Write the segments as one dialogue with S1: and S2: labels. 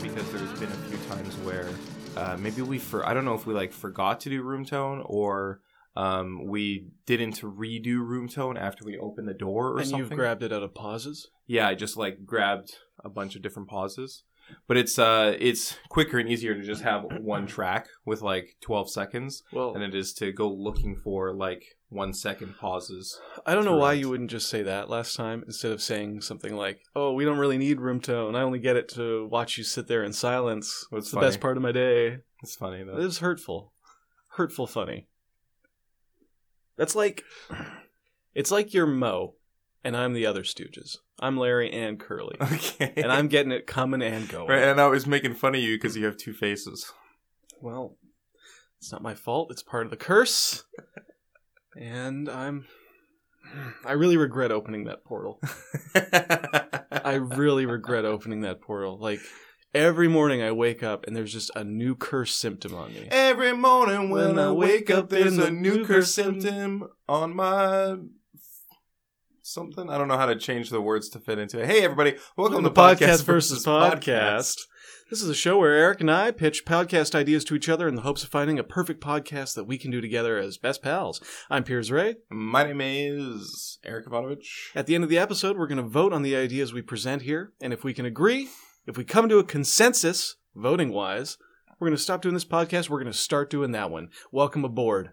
S1: been a few times where uh, maybe we for I don't know if we like forgot to do room tone or um, we didn't redo room tone after we opened the door or
S2: and
S1: something.
S2: you've grabbed it out of pauses.
S1: yeah, I just like grabbed a bunch of different pauses. But it's uh it's quicker and easier to just have one track with like 12 seconds
S2: Well,
S1: than it is to go looking for like 1 second pauses.
S2: I don't know why
S1: Correct.
S2: you wouldn't just say that last time instead of saying something like, "Oh, we don't really need room tone. I only get it to watch you sit there in silence.
S1: That's
S2: it's
S1: funny.
S2: the best part of my day."
S1: It's funny though.
S2: It was hurtful, hurtful, funny. That's like, it's like you're Mo, and I'm the other Stooges. I'm Larry and Curly,
S1: Okay.
S2: and I'm getting it coming and going.
S1: right and I was making fun of you cuz you have two faces.
S2: Well, it's not my fault. It's part of the curse. And I'm. I really regret opening that portal. I really regret opening that portal. Like, every morning I wake up and there's just a new curse symptom on me.
S1: Every morning
S2: when I wake up, there's a new curse
S1: symptom on my something. I don't know how to change the words to fit into it. Hey, everybody, welcome,
S2: the
S1: to
S2: podcast versus podcast. This is a show where Eric and I pitch podcast ideas to each other in the hopes of finding a perfect podcast that we can do together as best pals. I'm Piers Ray.
S1: My name is Eric Ivanovich.
S2: At the end of the episode, we're going to vote on the ideas we present here, and if we can agree, if we come to a consensus, voting wise, we're going to stop doing this podcast. We're going to start doing that one. Welcome aboard.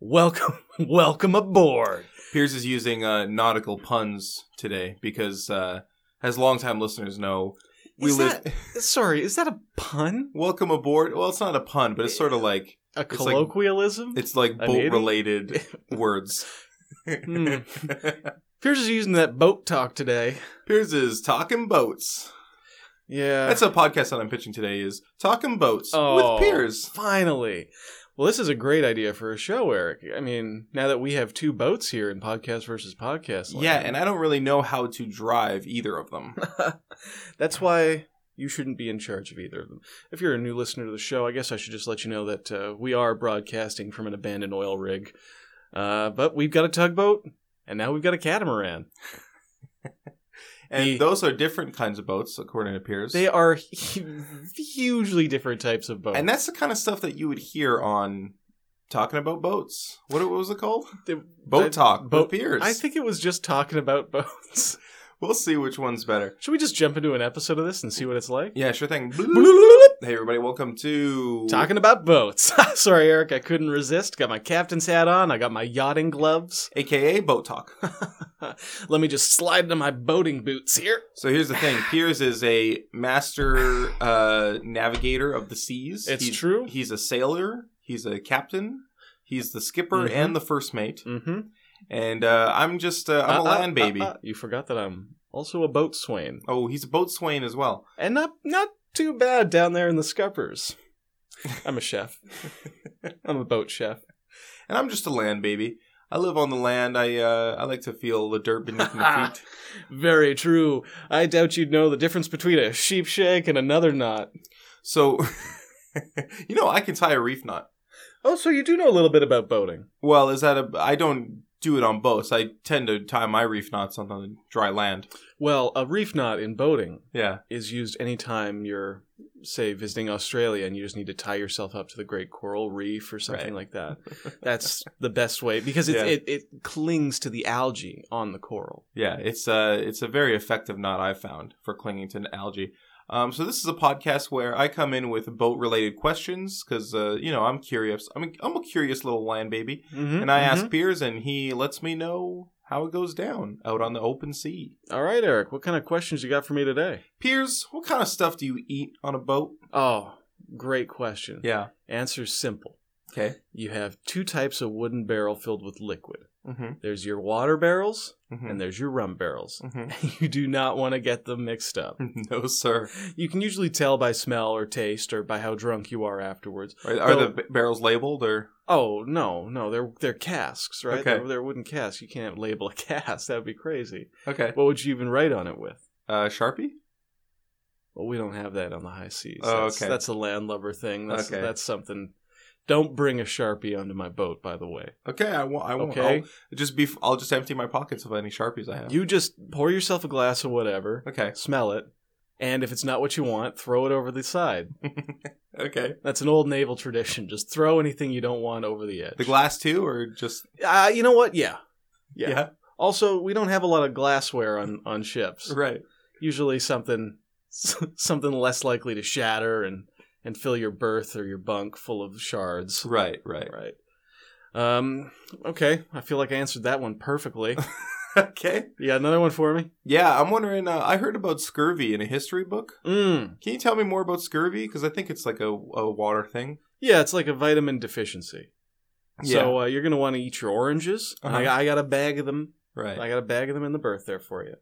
S2: Welcome, welcome aboard.
S1: Piers is using uh, nautical puns today because, uh, as longtime listeners know, we
S2: Is
S1: live.
S2: Sorry, is that a pun?
S1: Welcome aboard. Well, it's not a pun, but it's sort of like
S2: A
S1: It's like-
S2: colloquialism?
S1: it's like
S2: An
S1: boat
S2: idiom?
S1: related words.
S2: Hmm. Pierce is using that boat talk today.
S1: Piers is talking boats.
S2: Yeah,
S1: That's a podcast that I'm pitching today is Talking Boats
S2: Oh.
S1: with Piers.
S2: finally. Well, this is a great idea for a show, Eric. I mean, now that we have two boats here in podcast versus podcast, land,
S1: Yeah, and I don't really know how to drive either of them.
S2: That's why you shouldn't be in charge of either of them. If you're a new listener to the show, I guess I should just let you know that uh, we are broadcasting from an abandoned oil rig. Uh, but we've got a tugboat, and now we've got a catamaran.
S1: And
S2: The-
S1: those are different kinds of boats, according to Piers.
S2: They are hu- hugely different types of boats.
S1: and that's the kind of stuff that you would hear on Talking About Boats. What, what was it called?
S2: They-
S1: Boat
S2: that-
S1: Talk
S2: boat-
S1: with Piers.
S2: I think it was just talking about boats.
S1: We'll see which one's better.
S2: Should we just jump into an episode of this and see what it's like?
S1: Yeah, sure thing. Hey, everybody, welcome to...
S2: Talking about boats. Sorry, Eric, I couldn't resist. Got my captain's hat on. I got my yachting gloves.
S1: AKA Boat Talk.
S2: Let me just slide into my boating boots here.
S1: So here's the thing. Piers is a master uh, navigator of the seas.
S2: It's
S1: He's-
S2: true.
S1: He's a sailor. He's a captain. He's the skipper
S2: Mhm.
S1: and the first mate.
S2: Mm-hmm.
S1: And uh, I'm just uh, I'm a land baby.
S2: you forgot that I'm also a boat swain,
S1: Oh, he's a boatswain as well.
S2: and not not too bad down there in the scuppers. I'm a chef. I'm a boat chef.
S1: And I'm just a land baby. I live on the land. I uh, I like to feel the dirt beneath my feet.
S2: Very true. I doubt you'd know the difference between a sheep shank and another knot.
S1: So, you know, I can tie a reef knot.
S2: Oh, so you do know a little bit about boating.
S1: Well, is that a? I don't do it on boats. I tend to tie my reef knots on the dry land.
S2: Well, a reef knot in boating
S1: Yeah.
S2: is used anytime you're, say, visiting Australia and you just need to tie yourself up to the Great Coral Reef or something
S1: Right.
S2: like that. That's the best way because it,
S1: Yeah.
S2: it, it clings to the algae on the coral.
S1: Yeah, it's a it's a very effective knot I've found for clinging to algae. Um, so this is a podcast where I come in with boat related questions because uh, you know I'm curious. I'm a, I'm a curious little land baby, and I ask Piers, and he lets me know how it goes down out on the open sea.
S2: All right, Eric, what kind of questions you got for me today?
S1: Piers, what kind of stuff do you eat on a boat?
S2: Oh, great question.
S1: Yeah.
S2: Answer's simple.
S1: Okay.
S2: You have two types of wooden barrel filled with liquid.
S1: Mm-hmm.
S2: There's your water barrels
S1: Mm-hmm.
S2: and there's your rum barrels.
S1: hmm
S2: You do not want to get them mixed up.
S1: Mm-hmm. no sir.
S2: You can usually tell by smell or taste or by how drunk you are afterwards.
S1: Are, are
S2: No.
S1: the b- barrels labeled or?
S2: Oh no, no, they're they're casks, right?
S1: Okay.
S2: They're, they're wooden casks. You can't label a cask. That'd be crazy.
S1: Okay.
S2: What would you even write on it with?
S1: Uh, Sharpie.
S2: Well, we don't have that on the high seas.
S1: Oh,
S2: that's,
S1: okay.
S2: that's a landlubber thing. That's
S1: Okay.
S2: that's something. Don't bring a sharpie onto my boat, by the way.
S1: Okay. I won't. I won't.
S2: Okay,
S1: I'll just be. I'll just empty my pockets of any sharpies I have.
S2: you just pour yourself a glass of whatever,
S1: okay.
S2: smell it, And if it's not what you want, throw it over the side.
S1: Okay.
S2: That's an old naval tradition. Just throw anything you don't want over the edge.
S1: The glass too, or just
S2: Uh, you know what? Yeah.
S1: yeah,
S2: Also, we don't have a lot of glassware on on ships.
S1: right.
S2: Usually something something less likely to shatter and and fill your berth or your bunk full of shards.
S1: Right, right.
S2: Right. Um okay, I feel like I answered that one perfectly.
S1: okay.
S2: You got another one for me?
S1: Yeah, I'm wondering. Uh, I heard about scurvy in a history book.
S2: Mm.
S1: Can you tell me more about scurvy? Because I think it's like a, a water thing.
S2: Yeah, it's like a vitamin deficiency. So uh, you're going to want to eat your oranges. And
S1: Uh-huh.
S2: I, I got a bag of them
S1: right.
S2: I got a bag of them in the berth there for you.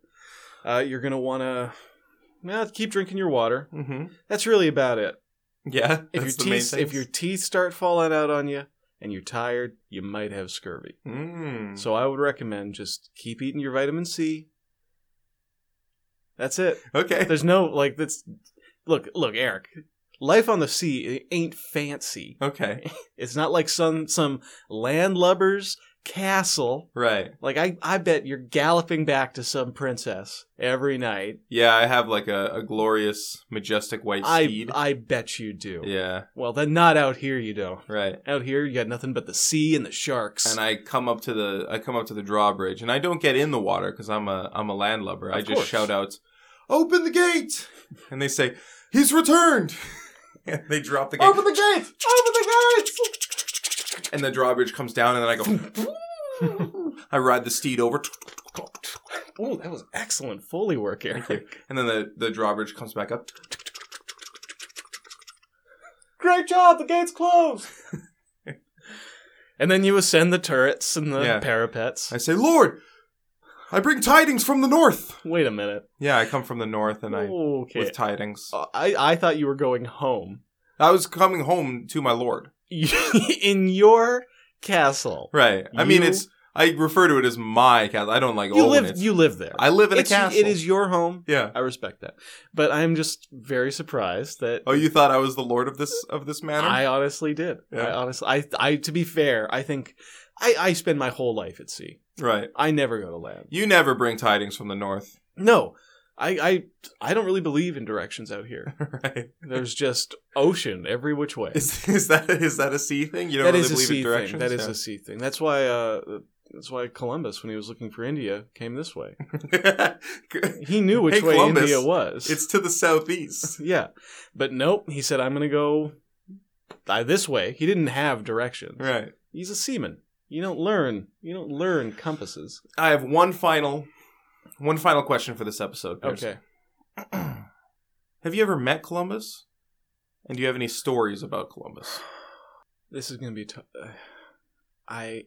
S2: Uh, you're gonna want to well, keep drinking your water.
S1: mm-hmm.
S2: That's really about it.
S1: Yeah.
S2: If
S1: that's the
S2: your
S1: main
S2: teeth if
S1: things.
S2: your teeth start falling out on you and you're tired, you might have scurvy.
S1: Mm.
S2: So I would recommend just keep eating your vitamin C. That's it.
S1: okay.
S2: There's no like that's look look Eric. Life on the sea it ain't fancy.
S1: Okay.
S2: It's not like some some landlubber's castle.
S1: Right.
S2: Like I, I bet you're galloping back to some princess every night.
S1: Yeah, I have like a, a glorious, majestic white
S2: I,
S1: steed.
S2: I bet you do.
S1: yeah.
S2: Well, then not out here you don't.
S1: Right.
S2: Out here you got nothing but the sea and the sharks.
S1: And I come up to the I come up to the drawbridge, and I don't get in the water because I'm a I'm a landlubber. I
S2: Of
S1: just
S2: course.
S1: shout out, "Open the gate!" And they say, "He's returned." and they drop the gate.
S2: Open the gate! Open the gates!
S1: and the drawbridge comes down, and then I go. I ride the steed over,
S2: Oh, that was excellent Foley work, Eric.
S1: Thank and then the, the drawbridge comes back up.
S2: Great job, the gate's closed. and then you ascend the turrets and the
S1: Yeah.
S2: parapets.
S1: I say, "Lord, I bring tidings from the north."
S2: Wait a minute.
S1: Yeah, I come from the north, and I uh,
S2: okay.
S1: with tidings.
S2: I, I thought you were going home.
S1: I was coming home to my lord.
S2: In your castle.
S1: Right. I mean,
S2: You-
S1: it's I refer to it as my castle. I don't like
S2: You
S1: own
S2: live
S1: it.
S2: you live there.
S1: I live in
S2: It's-
S1: a castle.
S2: It is your home.
S1: Yeah.
S2: I respect that. But I'm just very surprised that
S1: Oh, you thought I was the lord of this of this manor?
S2: I honestly did.
S1: Oh, Yeah.
S2: I honestly I I to be fair, I think I, I spend my whole life at sea.
S1: Right.
S2: I never go to land.
S1: You never bring tidings from the north.
S2: No. I I I don't really believe in directions out here.
S1: right.
S2: There's just ocean every which way.
S1: Is, is that is that a sea thing? You don't
S2: That
S1: really
S2: is a
S1: believe
S2: sea
S1: in
S2: thing.
S1: directions.
S2: That is a sea thing. That's why uh that's why Columbus when he was looking for India came this way.
S1: Yeah.
S2: He knew which
S1: Hey,
S2: way
S1: Columbus,
S2: India was.
S1: it's to the southeast.
S2: Yeah. But nope, he said, I'm going to go uh, this way. He didn't have directions.
S1: Right.
S2: He's a seaman. You don't learn. You don't learn compasses.
S1: I have one final one final question for this episode. Pierce.
S2: Okay.
S1: have you ever met Columbus? And do you have any stories about Columbus?
S2: This is going to be tough. I.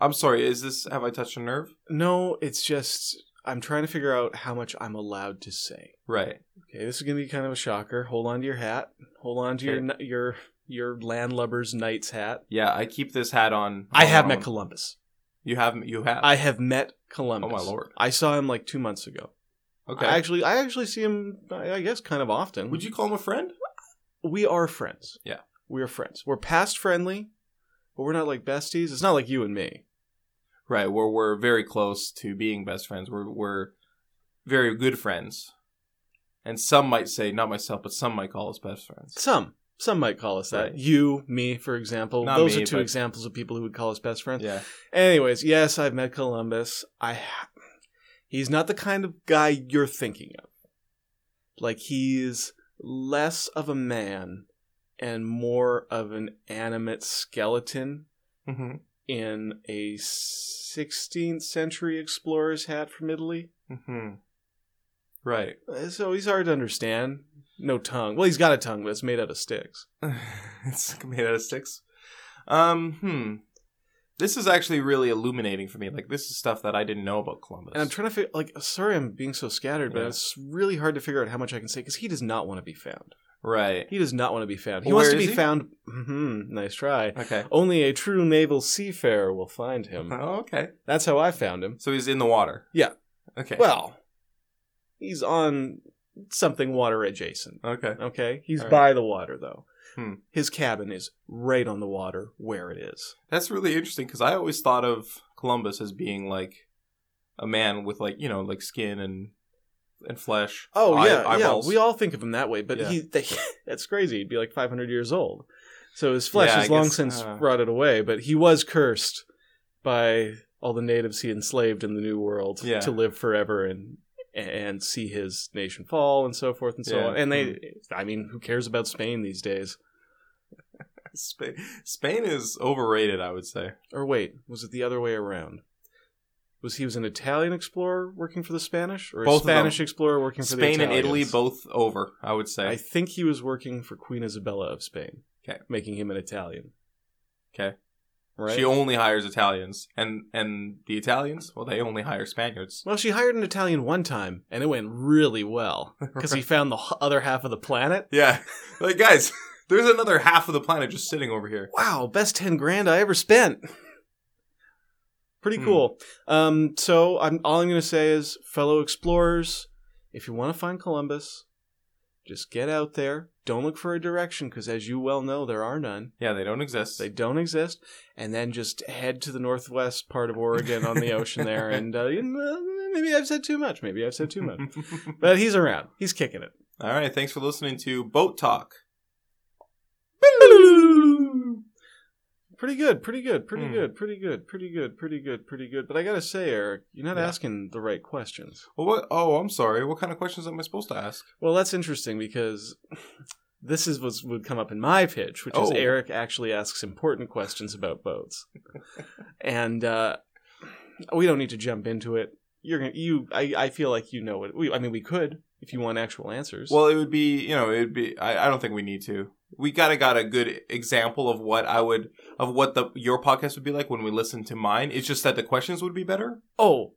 S1: I'm sorry, is this have I touched a nerve?
S2: No, it's just. I'm trying to figure out how much I'm allowed to say.
S1: Right.
S2: Okay, this is going to be kind of a shocker. Hold on to your hat. Hold on to your your your your landlubber's knight's hat.
S1: Yeah, I keep this hat on.
S2: I have
S1: on-
S2: met Columbus.
S1: You have you have.
S2: I have met Columbus.
S1: Oh, my lord.
S2: I saw him like two months ago.
S1: okay.
S2: I actually, I actually see him. I I guess kind of often.
S1: Would you call him a friend?
S2: we are friends.
S1: Yeah.
S2: We are friends. We're past friendly, but we're not like besties. It's not like you and me.
S1: Right. We're we're very close to being best friends. We're we're very good friends. And some might say, not myself, but some might call us best friends.
S2: Some. Some might call us that.
S1: Right.
S2: You, me, for example.
S1: Not
S2: Those
S1: me,
S2: are two
S1: but-
S2: examples of people who would call us best friends.
S1: Yeah.
S2: Anyways, yes, I've met Columbus. I ha- he's not the kind of guy you're thinking of. Like he's less of a man and more of an animate skeleton
S1: hmm
S2: in a 16th century explorer's hat from Italy.
S1: hmm Right.
S2: So he's hard to understand. No tongue. Well, he's got a tongue, but it's made out of sticks.
S1: it's made out of sticks. Um. Hmm. This is actually really illuminating for me. Like this is stuff that I didn't know about Columbus.
S2: And I'm trying to figure, like, sorry I'm being so scattered, but
S1: Yeah.
S2: it's really hard to figure out how much I can say because he does not want to be found.
S1: right.
S2: He does not want to be found. He
S1: Where
S2: wants to
S1: is
S2: be
S1: he?
S2: found. Mm-hmm, nice try.
S1: Okay.
S2: Only a true naval seafarer will find him.
S1: Oh, okay.
S2: That's how I found him.
S1: So he's in the water.
S2: Yeah.
S1: Okay.
S2: Well, he's on something water adjacent.
S1: Okay.
S2: Okay, he's
S1: All right.
S2: by the water though.
S1: Hmm.
S2: His cabin is right on the water where it is.
S1: That's really interesting because I always thought of Columbus as being like a man with like you know like skin and and flesh.
S2: Oh
S1: eye-
S2: yeah, yeah.
S1: eyeballs.
S2: We all think of him that way, but
S1: Yeah.
S2: he they, that's crazy. He'd be like 500 years old. So his flesh
S1: Yeah,
S2: is
S1: I
S2: long
S1: guess,
S2: since
S1: uh,
S2: rotted away, but he was cursed by all the natives he enslaved in the New World
S1: Yeah.
S2: to live forever and and see his nation fall and so forth and so
S1: Yeah. mm-hmm.
S2: on. And they, I mean, who cares about Spain these days?
S1: Spain, Spain is overrated, I would say.
S2: Or wait, was it the other way around? Was he was an Italian explorer working for the Spanish, or
S1: Both
S2: a
S1: of them.
S2: Spanish explorer working for the
S1: Spain and Italy
S2: Italians?
S1: both over, I would say.
S2: I think he was working for Queen Isabella of Spain.
S1: 'Kay.
S2: Making him an Italian.
S1: 'Kay.
S2: Right.
S1: She only hires Italians, and and the Italians, well, they only hire Spaniards.
S2: well, she hired an Italian one time, and it went really well because he found the h- other half of the planet.
S1: Yeah, like guys, there's another half of the planet just sitting over here.
S2: Wow, best ten grand I ever spent. Pretty
S1: Hmm.
S2: cool. Um, so I'm all I'm going to say is, fellow explorers, if you want to find Columbus, just get out there. Don't look for a direction because, as you well know, there are none.
S1: Yeah, they don't exist.
S2: They don't exist. And then just head to the northwest part of Oregon on the ocean there. And uh, you know, maybe I've said too much. Maybe I've said too much. But he's around. He's kicking it.
S1: All right, thanks for listening to Boat Talk.
S2: Pretty good. Pretty good. Pretty
S1: Hmm.
S2: good. Pretty good. Pretty good. Pretty good. Pretty good. But I gotta say, Eric, you're not
S1: Yeah.
S2: asking the right questions.
S1: Well, what? Oh, I'm sorry. What kind of questions am I supposed to ask?
S2: Well, that's interesting because this is what would come up in my pitch, which is
S1: Oh.
S2: Eric actually asks important questions about boats, and uh, we don't need to jump into it. You're gonna you. I, I feel like you know it. We, I mean, we could if you want actual answers.
S1: Well, it would be, you know, it would be. I, I don't think we need to. We gotta got a good example of what I would of what the your podcast would be like when we listen to mine. It's just that the questions would be better.
S2: oh,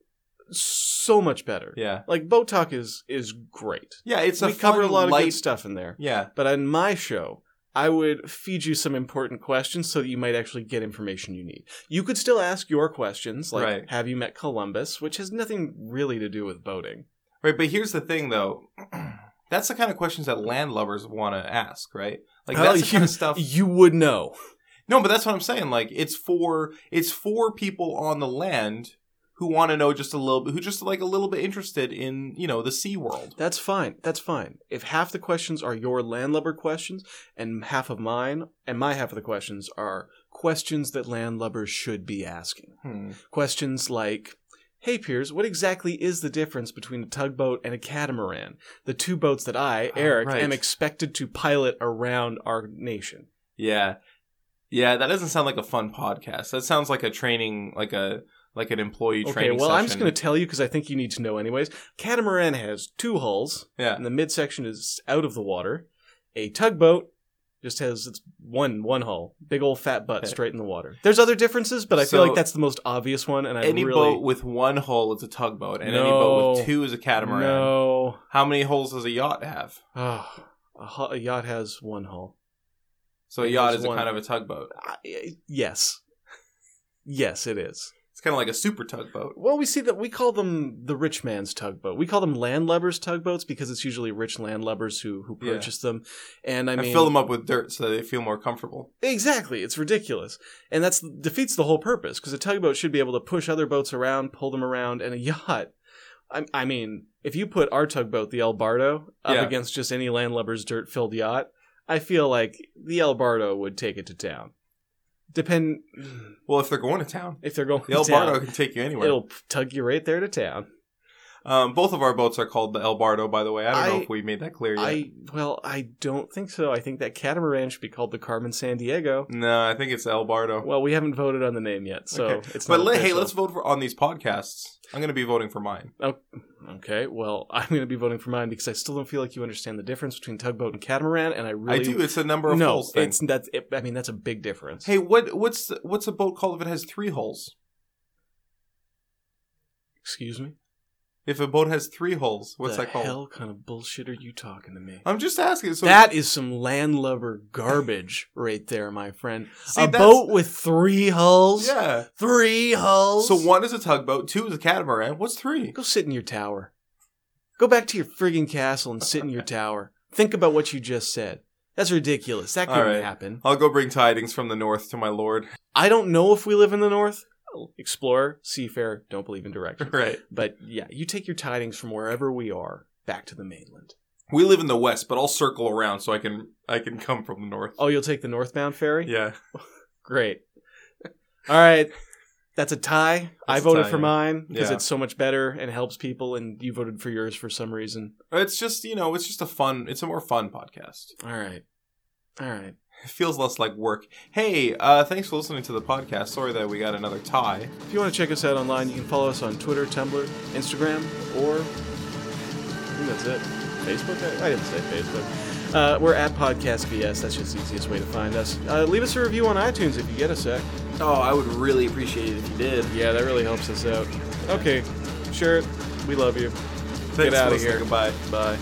S2: so much better.
S1: Yeah,
S2: Like boat talk is is great.
S1: yeah. It's a
S2: we cover a
S1: fun,
S2: lot of
S1: light.
S2: good stuff in there.
S1: Yeah,
S2: But on my show, I would feed you some important questions so that you might actually get information you need. You could still ask your questions, like
S1: Right.
S2: have you met Columbus, which has nothing really to do with boating.
S1: right. But here's the thing, though. that's the kind of questions that landlubbers want to ask, right? Like
S2: Well,
S1: that's the kind of stuff.
S2: Oh, You would know.
S1: No, but that's what I'm saying. Like it's for it's for people on the land who want to know just a little bit, who just like a little bit interested in you know the sea world.
S2: That's fine. That's fine. If half the questions are your landlubber questions and half of mine and my half of the questions are questions that landlubbers should be asking.
S1: Hmm.
S2: Questions like, Hey Piers, what exactly is the difference between a tugboat and a catamaran? The two boats that I,
S1: Oh,
S2: Eric,
S1: right.
S2: am expected to pilot around our nation.
S1: Yeah, yeah. That doesn't sound like a fun podcast. That sounds like a training, like a like an employee
S2: Okay,
S1: training.
S2: well, I'm just
S1: session.
S2: going to tell you because I think you need to know anyways. Catamaran has two hulls,
S1: yeah.
S2: and the midsection is out of the water. A tugboat just has its one one hull, big old fat butt
S1: Okay.
S2: straight in the water. There's other differences, but I
S1: So-
S2: feel like that's the most obvious one, and I
S1: Any
S2: really
S1: boat with one hull is a tugboat, and any boat with
S2: No.
S1: two is a catamaran.
S2: no.
S1: How many holes does a yacht have?
S2: Ah, a, hu- a yacht has one hull.
S1: So a
S2: It
S1: yacht
S2: has
S1: is a
S2: one.
S1: kind of a tugboat.
S2: I- yes. Yes, it is.
S1: It's kind of like a super tugboat.
S2: Well, we see that we call them the rich man's tugboat. We call them landlubbers tugboats because it's usually rich landlubbers who who
S1: Yeah.
S2: purchase them. And I
S1: I,
S2: mean,
S1: fill them up with dirt so they feel more comfortable.
S2: exactly, it's ridiculous, and that's defeats the whole purpose because a tugboat should be able to push other boats around, pull them around, and a yacht. I, I mean, if you put our tugboat, the El Bardo, up
S1: Yeah.
S2: against just any landlubber's dirt-filled yacht, I feel like the El Bardo would take it to town. Depend
S1: Well, if they're going to town,
S2: if they're going
S1: the El
S2: to town.
S1: Bardo can take you anywhere.
S2: It'll tug you right there to town.
S1: Um, both of our boats are called the El Bardo, by the way. I don't know
S2: I-
S1: if we made that clear yet.
S2: I well, I don't think so. I think that catamaran should be called the Carmen San Diego.
S1: no, I think it's El Bardo.
S2: Well, we haven't voted on the name yet, so
S1: Okay.
S2: it's
S1: but
S2: not
S1: let, hey,
S2: official.
S1: let's vote for on these podcasts. I'm going to be voting for mine.
S2: Okay, well, I'm going to be voting for mine because I still don't feel like you understand the difference between tugboat and catamaran, and I really
S1: I do. It's a number of
S2: no,
S1: holes thing.
S2: it's that's. It, I mean, that's a big difference.
S1: Hey, what what's what's a boat called if it has three holes?
S2: excuse me.
S1: If a boat has three holes, what's
S2: the
S1: that called?
S2: Hell, kind of bullshit are you talking to me?
S1: I'm just asking. So
S2: that is some landlubber garbage right there, my friend.
S1: See,
S2: a
S1: that's-
S2: boat with three hulls.
S1: yeah.
S2: Three hulls.
S1: So one is a tugboat, two is a catamaran. What's three?
S2: Go sit in your tower. Go back to your friggin' castle and sit in your tower. Think about what you just said. That's ridiculous. That
S1: All
S2: couldn't
S1: right.
S2: happen.
S1: I'll go bring tidings from the north to my lord.
S2: I don't know if we live in the north. Explorer, seafarer, don't believe in direction.
S1: right.
S2: But yeah, you take your tidings from wherever we are. back to the mainland.
S1: We live in the west, but I'll circle around so I can I can come from the north.
S2: Oh, you'll take the northbound ferry?
S1: Yeah.
S2: Great. All right. That's a tie. I
S1: That's a
S2: voted
S1: tie,
S2: for
S1: yeah.
S2: mine because
S1: Yeah.
S2: it's so much better and helps people, and you voted for yours for some reason.
S1: It's just, you know, it's just a fun, it's a more fun podcast.
S2: All right. All right.
S1: It feels less like work. Hey, uh, thanks for listening to the podcast. Sorry that we got another tie.
S2: If you want to check us out online, you can follow us on Twitter, Tumblr, Instagram, or I think that's it. Facebook? I, I didn't say Facebook. Uh, we're at Podcast VS. That's just the easiest way to find us. Uh, leave us a review on iTunes if you get a sec.
S3: Oh, I would really appreciate it if you did.
S2: Yeah, that really helps us out. Okay. Sure. We love you.
S1: Thanks
S2: outta
S1: for listening.
S2: here.
S1: Goodbye.
S2: Bye.